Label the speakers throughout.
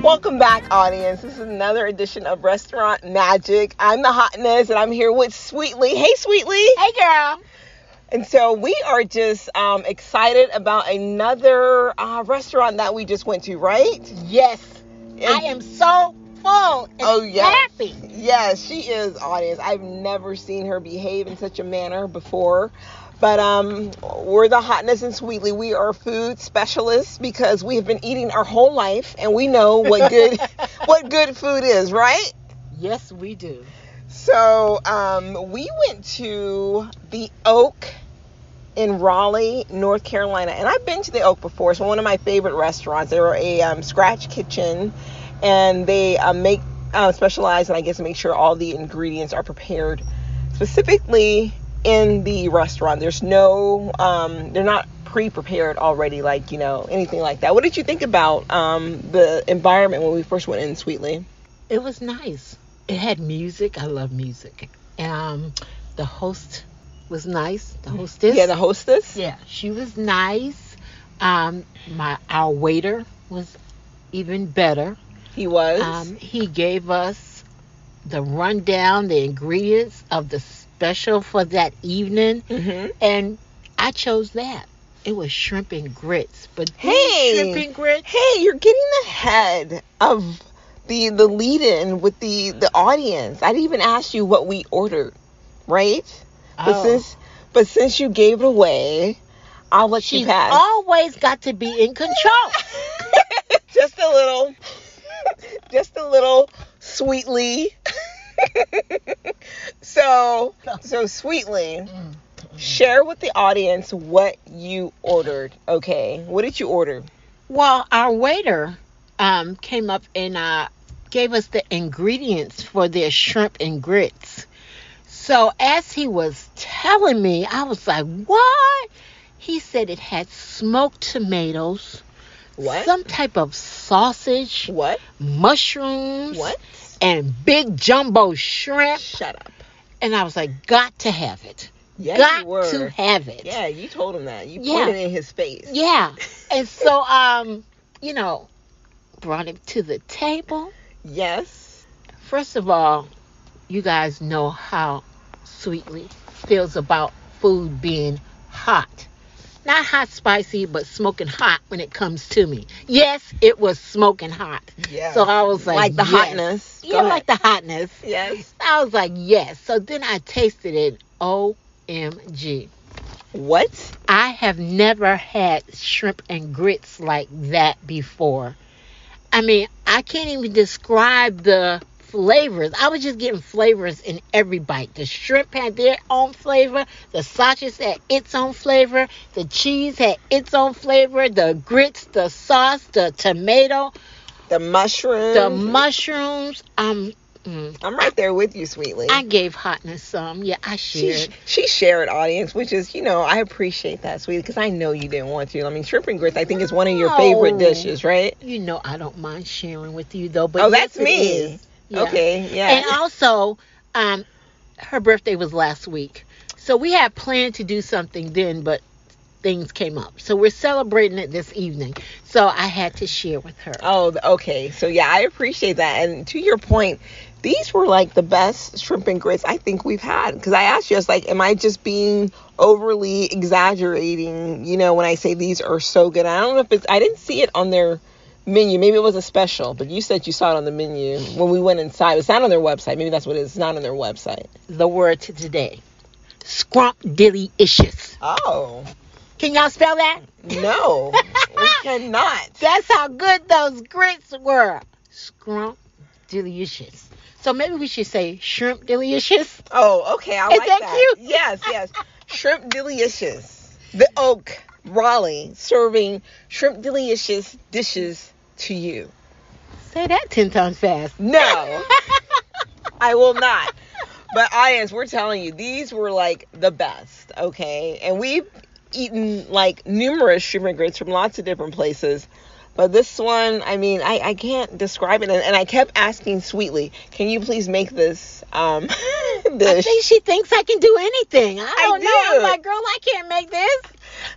Speaker 1: Welcome back, audience. This is another edition of Restaurant Magic. I'm the hotness, and I'm here with Sweetly. Hey, Sweetly.
Speaker 2: Hey, girl.
Speaker 1: And so we are just um, excited about another uh, restaurant that we just went to, right?
Speaker 2: Yes, I am so full and
Speaker 1: Oh, yeah.
Speaker 2: happy.
Speaker 1: Yes, she is, audience. I've never seen her behave in such a manner before. But um, we're the hotness and sweetly. We are food specialists because we have been eating our whole life, and we know what good what good food is, right?
Speaker 2: Yes, we do.
Speaker 1: So um, we went to the Oak in Raleigh, North Carolina, and I've been to the Oak before. It's one of my favorite restaurants. They were a um, scratch kitchen, and they uh, make uh, specialize and I guess make sure all the ingredients are prepared specifically in the restaurant. There's no, um, they're not pre-prepared already, like you know anything like that. What did you think about um, the environment when we first went in, Sweetly?
Speaker 2: It was nice. It had music. I love music. Um, the host was nice. The hostess.
Speaker 1: Yeah, the hostess.
Speaker 2: Mm. Yeah, she was nice. Um, my our waiter was even better.
Speaker 1: He was.
Speaker 2: Um, he gave us the rundown, the ingredients of the special for that evening,
Speaker 1: hmm
Speaker 2: and I chose that. It was shrimp and grits, but these
Speaker 1: Hey!
Speaker 2: shrimp and grits.
Speaker 1: Hey, you're getting ahead of the the lead in with the the audience. I didn't even ask you what we ordered, right? But
Speaker 2: Oh.
Speaker 1: since but since you gave it away, I'll let
Speaker 2: She's
Speaker 1: you pass.
Speaker 2: always got to be in control.
Speaker 1: just a little, just a little sweetly. so so sweetly.
Speaker 2: Mm.
Speaker 1: Share with the audience what you ordered. Okay, what did you order?
Speaker 2: Well, our waiter um, came up and uh, gave us the ingredients for their shrimp and grits. So as he was telling me, I was like, "What?" He said it had smoked tomatoes, some type of sausage,
Speaker 1: What?
Speaker 2: mushrooms,
Speaker 1: What?
Speaker 2: and big jumbo shrimp.
Speaker 1: Shut up.
Speaker 2: And I was like, "Got to have it.
Speaker 1: Yeah,
Speaker 2: Got
Speaker 1: you were.
Speaker 2: to have it."
Speaker 1: Yeah, you told him that. You
Speaker 2: Yeah.
Speaker 1: put it in his face.
Speaker 2: Yeah. And so, um, you know, brought him to the table.
Speaker 1: Yes.
Speaker 2: First of all, you guys know how sweetly feels about food being hot. Not hot spicy, but smoking hot when it comes to me. Yes, it was smoking hot.
Speaker 1: Yeah.
Speaker 2: So I was like,
Speaker 1: Like the
Speaker 2: yes.
Speaker 1: hotness. Go
Speaker 2: Yeah,
Speaker 1: ahead.
Speaker 2: like the hotness.
Speaker 1: Yes.
Speaker 2: I was like, yes. So then I tasted it. OMG.
Speaker 1: What?
Speaker 2: I have never had shrimp and grits like that before. I mean, I can't even describe the flavors. I was just getting flavors in every bite. The shrimp had their own flavor, the sausage had its own flavor, the cheese had its own flavor, the grits, the sauce, the tomato,
Speaker 1: The mushroom.
Speaker 2: the mushrooms. Um, mm,
Speaker 1: I'm right there with you, sweetly.
Speaker 2: I gave hotness some. Yeah, I
Speaker 1: she
Speaker 2: shared.
Speaker 1: she shared audience, which is you know I appreciate that, sweetie, because I know you didn't want to. I mean, shrimp and grits, I think is one of your favorite
Speaker 2: No.
Speaker 1: dishes, right?
Speaker 2: You know, I don't mind sharing with you though. But
Speaker 1: Oh,
Speaker 2: yes,
Speaker 1: that's
Speaker 2: it
Speaker 1: me.
Speaker 2: is. Yeah.
Speaker 1: Okay, yeah.
Speaker 2: And also, um, her birthday was last week, so we had planned to do something then, but things came up. So we're celebrating it this evening. So I had to share with her.
Speaker 1: Oh, th- okay. So yeah, I appreciate that. And to your point, these were like the best shrimp and grits I think we've had. Because I asked you, I was like, am I just being overly exaggerating? You know, when I say these are so good, I don't know if it's. I didn't see it on their menu. Maybe it was a special, but you said you saw it on the menu when we went inside. It's not on their website. Maybe that's what it is. It's not on their website.
Speaker 2: The word to today: scrumptious.
Speaker 1: Oh
Speaker 2: Can y'all spell that?
Speaker 1: no, we cannot.
Speaker 2: That's how good those grits were. Scrump delicious. So maybe we should say shrimp delicious.
Speaker 1: Oh, okay. I
Speaker 2: Is
Speaker 1: like
Speaker 2: that cute?
Speaker 1: Yes, yes. shrimp delicious. The Oak Raleigh serving shrimp delicious dishes to you.
Speaker 2: Say that ten times fast.
Speaker 1: No, I will not. But audience, we're telling you, these were like the best. Okay, and we've eaten like numerous shrimp and grits from lots of different places. But this one, I mean, I, I can't describe it. And, and I kept asking sweetly, can you please make this um,
Speaker 2: I
Speaker 1: dish?
Speaker 2: think she thinks I can do anything. I
Speaker 1: I
Speaker 2: don't know.
Speaker 1: do.
Speaker 2: I'm like, girl, I can't make this.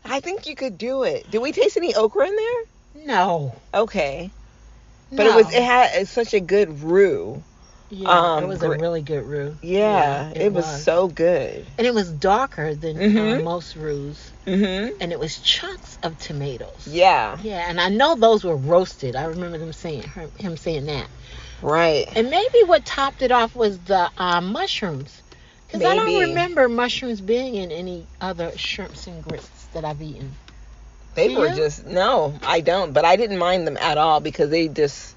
Speaker 1: I think you could do it. Did we taste any okra in there?
Speaker 2: No,
Speaker 1: Okay. But it was it had such a good roux.
Speaker 2: Yeah,
Speaker 1: um,
Speaker 2: it was
Speaker 1: gre-
Speaker 2: a really good roux.
Speaker 1: Yeah, it, was. so good.
Speaker 2: And it was darker than uh,
Speaker 1: Mhm.
Speaker 2: most roux,
Speaker 1: Mhm.
Speaker 2: and it was chunks of tomatoes.
Speaker 1: Yeah.
Speaker 2: Yeah, and I know those were roasted. I remember them saying her, him saying that.
Speaker 1: Right.
Speaker 2: And maybe what topped it off was the uh, mushrooms, because I don't
Speaker 1: Maybe.
Speaker 2: remember mushrooms being in any other shrimps and grits that I've eaten.
Speaker 1: They
Speaker 2: Do
Speaker 1: were
Speaker 2: you?
Speaker 1: just no, I don't. But I didn't mind them at all because they just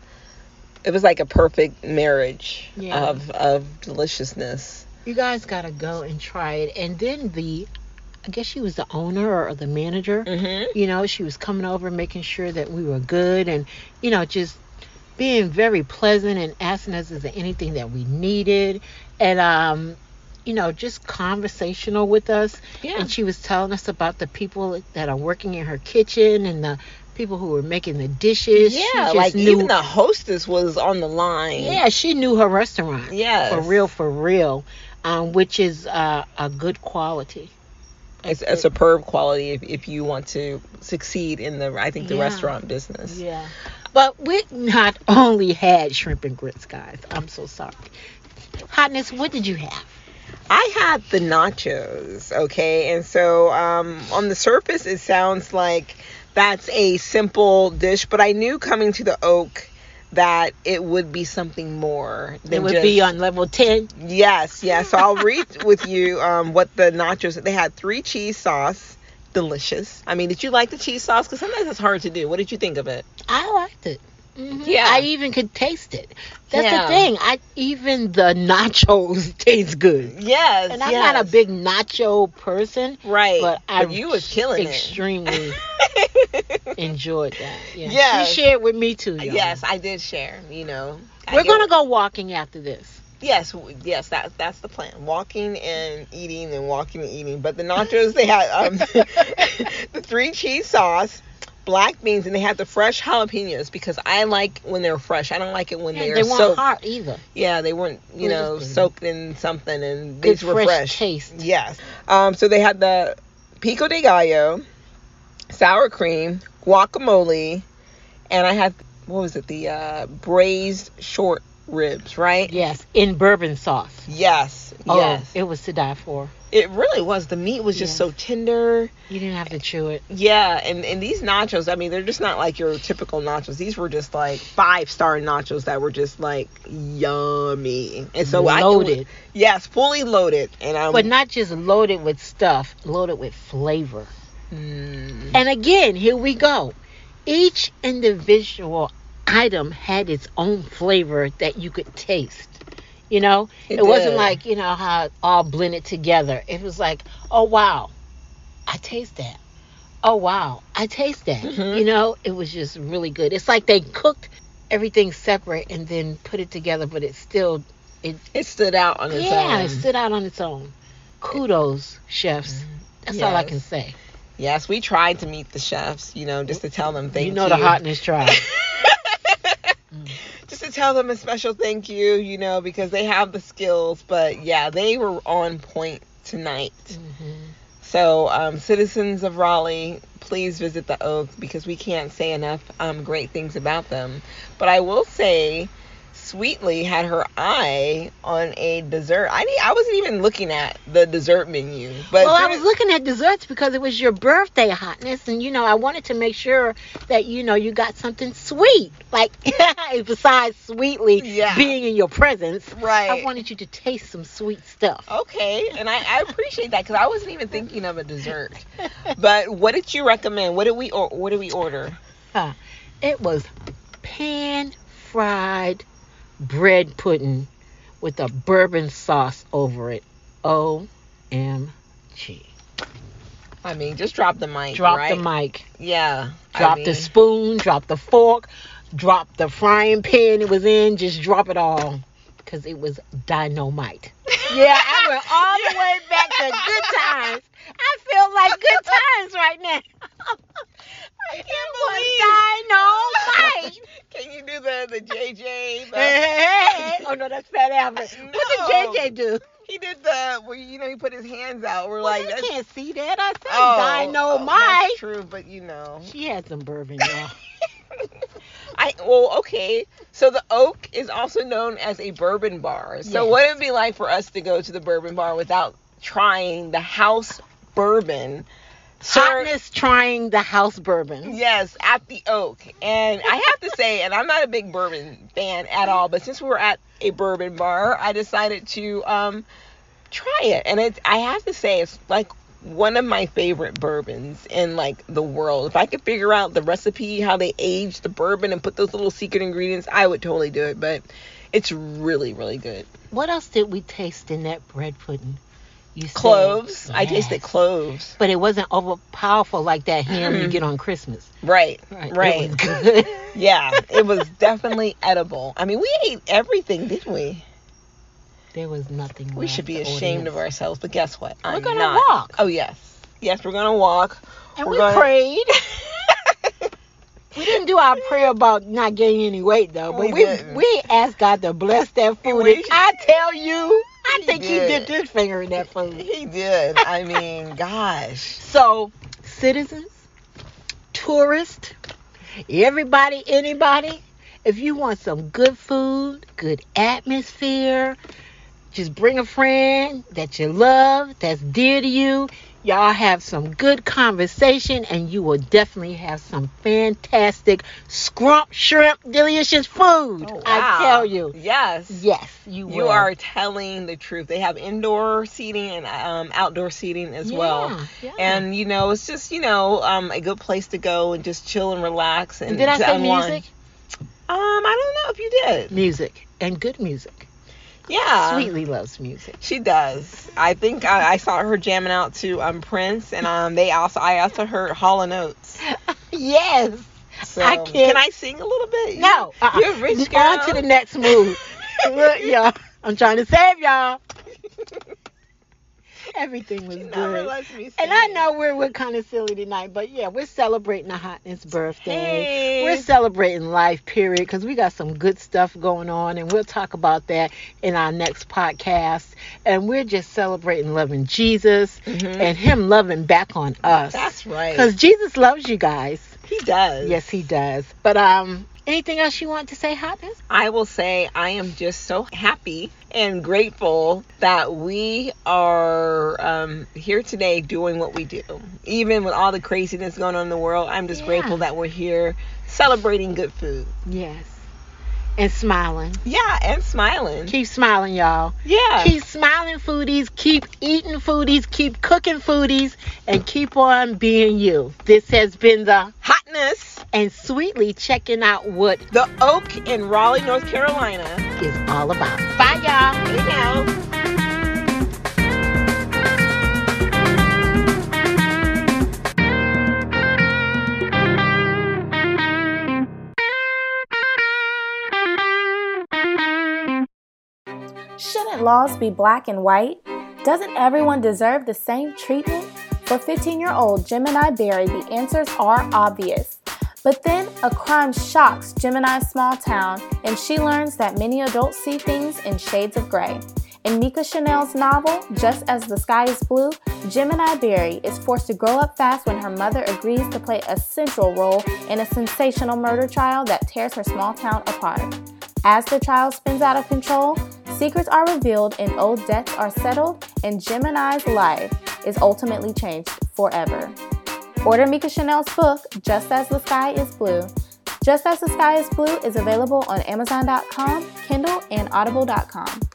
Speaker 1: it was like a perfect marriage
Speaker 2: Yeah.
Speaker 1: of of deliciousness.
Speaker 2: You guys gotta go and try it. And then the, I guess she was the owner or the manager.
Speaker 1: Mhm.
Speaker 2: You know, she was coming over, making sure that we were good, and you know, just being very pleasant and asking us is there anything that we needed, and um, you know, just conversational with us.
Speaker 1: Yeah.
Speaker 2: And she was telling us about the people that are working in her kitchen and the people who were making the dishes. She
Speaker 1: Yeah,
Speaker 2: just
Speaker 1: like
Speaker 2: knew-
Speaker 1: even the hostess was on the line.
Speaker 2: yeah, she knew her restaurant
Speaker 1: Yes.
Speaker 2: for real, for real, um, which is uh, a good quality.
Speaker 1: It's a superb quality if, if you want to succeed in the I think the
Speaker 2: Yeah.
Speaker 1: restaurant business.
Speaker 2: Yeah. But we not only had shrimp and grits, guys. I'm so sorry. Hotness, what did you have?
Speaker 1: I had the nachos, okay? And so um, on the surface, it sounds like that's a simple dish, but I knew coming to the Oak that it would be something more than
Speaker 2: It would
Speaker 1: just-
Speaker 2: be on level 10.
Speaker 1: Yes, yes. So I'll read with you um, what the nachos. They had three cheese sauce, delicious. I mean, did you like the cheese sauce? Because sometimes it's hard to do. What did you think of it?
Speaker 2: I liked it. Mhm.
Speaker 1: Mm-hmm. Yeah.
Speaker 2: I even could taste it. That's
Speaker 1: Yeah.
Speaker 2: the thing. I even the nachos taste good.
Speaker 1: Yes,
Speaker 2: And I'm not a big nacho person,
Speaker 1: right.
Speaker 2: but I
Speaker 1: you was killing
Speaker 2: extremely
Speaker 1: it.
Speaker 2: enjoyed that. Yeah.
Speaker 1: Yes.
Speaker 2: She shared with me too. y'all.
Speaker 1: yes, I did share. You know,
Speaker 2: We're gonna go walking after this.
Speaker 1: Yes, w- yes, that that's the plan. Walking and eating and walking and eating. But the nachos they had um, the three cheese sauce, black beans, and they had the fresh jalapenos because I like when they're fresh. I don't like it when
Speaker 2: Yeah,
Speaker 1: they're
Speaker 2: they weren't
Speaker 1: soaked.
Speaker 2: hot either.
Speaker 1: Yeah, they weren't you
Speaker 2: Ooh,
Speaker 1: know
Speaker 2: that's good.
Speaker 1: soaked in something and
Speaker 2: Good
Speaker 1: these were
Speaker 2: fresh
Speaker 1: fresh.
Speaker 2: taste.
Speaker 1: Yes. Um, so they had the pico de gallo, sour cream, guacamole, and I had what was it? The uh, braised short ribs, right?
Speaker 2: Yes, in bourbon sauce.
Speaker 1: Yes.
Speaker 2: Oh,
Speaker 1: yes.
Speaker 2: it was to die for.
Speaker 1: It really was. The meat was just
Speaker 2: Yes.
Speaker 1: so tender.
Speaker 2: You didn't have to chew it.
Speaker 1: Yeah, and, and these nachos, I mean, they're just not like your typical nachos. These were just like five star nachos that were just like yummy. And so I
Speaker 2: loaded,
Speaker 1: yes, fully loaded. And I'm
Speaker 2: but not just loaded with stuff, loaded with flavor.
Speaker 1: Mm,
Speaker 2: And again, here we go. Each individual item had its own flavor that you could taste. You know, it, wasn't
Speaker 1: did.
Speaker 2: like you know how it all blended together. It was like, oh wow, I taste that. Oh wow, I taste that.
Speaker 1: Mhm.
Speaker 2: You know, it was just really good. It's like they cooked everything separate and then put it together, but it still
Speaker 1: it stood out on its
Speaker 2: yeah,
Speaker 1: own. Mm-hmm.
Speaker 2: it stood out on its own. Kudos, chefs. That's all I
Speaker 1: Yes.
Speaker 2: can say.
Speaker 1: Yes, we tried to meet the chefs, you know, just to tell them thank you.
Speaker 2: you know the Mm. hotness tribe.
Speaker 1: just to tell them a special thank you, you know, because they have the skills. But yeah, they were on point tonight.
Speaker 2: Mhm.
Speaker 1: So, um, citizens of Raleigh, please visit the Oak because we can't say enough um, great things about them. But I will say, Sweetly had her eye on a dessert. I didn't- I wasn't even looking at the dessert menu, but
Speaker 2: well, I was looking at desserts because it was your birthday hotness, and you know I wanted to make sure that you know you got something sweet, like besides sweetly
Speaker 1: Yeah.
Speaker 2: being in your presence.
Speaker 1: right.
Speaker 2: I wanted you to taste some sweet stuff.
Speaker 1: Okay, and I, I appreciate that because I wasn't even thinking of a dessert. But what did you recommend? What did we or what did we order?
Speaker 2: It was pan fried bread pudding with a bourbon sauce over it. O M G.
Speaker 1: I mean, just drop the mic.
Speaker 2: Drop
Speaker 1: right?
Speaker 2: the mic.
Speaker 1: Yeah. I
Speaker 2: Drop the
Speaker 1: mean,
Speaker 2: spoon. Drop the fork. Drop the frying pan it was in. Just drop it all. Because it was dynamite. Yeah, I went all the way back to good times. I feel like good times right now.
Speaker 1: I can't
Speaker 2: it was dynamite.
Speaker 1: Can you do the the JJ?
Speaker 2: Hey,
Speaker 1: The,
Speaker 2: hey, hey. Oh, no, that's Fat Albert.
Speaker 1: No.
Speaker 2: What did JJ do?
Speaker 1: he did the where you know he put his hands out. We're
Speaker 2: Well,
Speaker 1: like
Speaker 2: you
Speaker 1: that's
Speaker 2: can't see that. I said
Speaker 1: oh, oh,
Speaker 2: dynamite.
Speaker 1: that's true, but you know.
Speaker 2: she had some bourbon,
Speaker 1: I
Speaker 2: y'all.
Speaker 1: I well, okay. So the Oak is also known as a bourbon bar. So
Speaker 2: Yes.
Speaker 1: what it'd be like for us to go to the bourbon bar without trying the house bourbon? served-
Speaker 2: Hotness trying the house bourbon.
Speaker 1: Yes, at the Oak. And I have to say, and I'm not a big bourbon fan at all, but since we were at a bourbon bar, I decided to um, try it. And it's, I have to say, it's like one of my favorite bourbons in like the world. If I could figure out the recipe, how they age the bourbon and put those little secret ingredients, I would totally do it. But it's really, really good.
Speaker 2: What else did we taste in that bread pudding? You said-
Speaker 1: Cloves. I
Speaker 2: Yes.
Speaker 1: tasted cloves. Mm-hmm.
Speaker 2: But it wasn't over powerful like that ham you get on Christmas.
Speaker 1: Right.
Speaker 2: Right. It
Speaker 1: Right.
Speaker 2: was good.
Speaker 1: yeah, it was definitely edible. I mean, we ate everything, didn't we?
Speaker 2: There was nothing.
Speaker 1: We
Speaker 2: left
Speaker 1: should be
Speaker 2: to
Speaker 1: ashamed of
Speaker 2: audience.
Speaker 1: ourselves, but guess what?
Speaker 2: We're
Speaker 1: I'm
Speaker 2: gonna
Speaker 1: not.
Speaker 2: walk.
Speaker 1: Oh yes, yes, we're gonna walk.
Speaker 2: And
Speaker 1: We're
Speaker 2: we
Speaker 1: gonna-
Speaker 2: prayed. We didn't do our prayer about not gaining any weight though, but
Speaker 1: We
Speaker 2: we we,
Speaker 1: didn't.
Speaker 2: asked God to bless that food.
Speaker 1: We-
Speaker 2: And I tell you, I
Speaker 1: He
Speaker 2: think he did
Speaker 1: did.
Speaker 2: this finger in that food.
Speaker 1: he did. I mean, gosh.
Speaker 2: So, citizens, tourists, everybody, anybody, if you want some good food, good atmosphere, just bring a friend that you love, that's dear to you. Y'all have some good conversation, and you will definitely have some fantastic scrump shrimp delicious food.
Speaker 1: Oh, wow.
Speaker 2: I tell you.
Speaker 1: Yes.
Speaker 2: Yes, you will.
Speaker 1: You are telling the truth. They have indoor seating and um, outdoor seating as well.
Speaker 2: Yeah, yeah.
Speaker 1: And you know, it's just you know um, a good place to go and just chill and relax and
Speaker 2: did I
Speaker 1: to
Speaker 2: say
Speaker 1: unwind.
Speaker 2: music?
Speaker 1: Um, I don't know if you did.
Speaker 2: Music and good music.
Speaker 1: Yeah.
Speaker 2: Sweetly loves music.
Speaker 1: She does. I think I, I saw her jamming out to um, Prince, and um, they also I also heard Hall and Oates.
Speaker 2: Yes.
Speaker 1: So,
Speaker 2: I can't-
Speaker 1: Can I sing a little bit?
Speaker 2: No. Uh-uh.
Speaker 1: You're a rich girl.
Speaker 2: On to the next move. Look, y'all. I'm trying to save y'all. Everything was
Speaker 1: She never
Speaker 2: good.
Speaker 1: lets me sing.
Speaker 2: And I know we're, we're kind of silly tonight, but yeah, we're celebrating a hotness birthday.
Speaker 1: Hey.
Speaker 2: We're celebrating life, period, because we got some good stuff going on, and we'll talk about that in our next podcast. And we're just celebrating loving Jesus
Speaker 1: Mhm.
Speaker 2: and Him loving back on us.
Speaker 1: That's right.
Speaker 2: Because Jesus loves you guys.
Speaker 1: he does.
Speaker 2: Yes, he does. But um, anything else you want to say, Hotness?
Speaker 1: I will say I am just so happy and grateful that we are um, here today doing what we do. Even with all the craziness going on in the world, I'm just
Speaker 2: Yeah.
Speaker 1: grateful that we're here celebrating good food.
Speaker 2: Yes. And smiling.
Speaker 1: Yeah, and smiling.
Speaker 2: Keep smiling, y'all.
Speaker 1: yeah.
Speaker 2: Keep smiling, foodies. Keep eating, foodies. Keep cooking, foodies. And keep on being you. This has been the
Speaker 1: hotness.
Speaker 2: and sweetly checking out what
Speaker 1: The Oak in Raleigh, North Carolina.
Speaker 2: is all about. Bye, y'all.
Speaker 1: Hey now.
Speaker 3: Shouldn't laws be black and white? Doesn't everyone deserve the same treatment? For 15 year old Gemini Berry, the answers are obvious. But then a crime shocks Gemini's small town, and she learns that many adults see things in shades of gray. In Mika Chanel's novel, Just as the Sky is Blue, Gemini Berry is forced to grow up fast when her mother agrees to play a central role in a sensational murder trial that tears her small town apart. As the trial spins out of control, secrets are revealed and old debts are settled, and Gemini's life is ultimately changed forever. Order Mika Chanel's book, Just As the Sky is Blue. Just As the Sky is Blue is available on Amazon.com, Kindle, and Audible.com.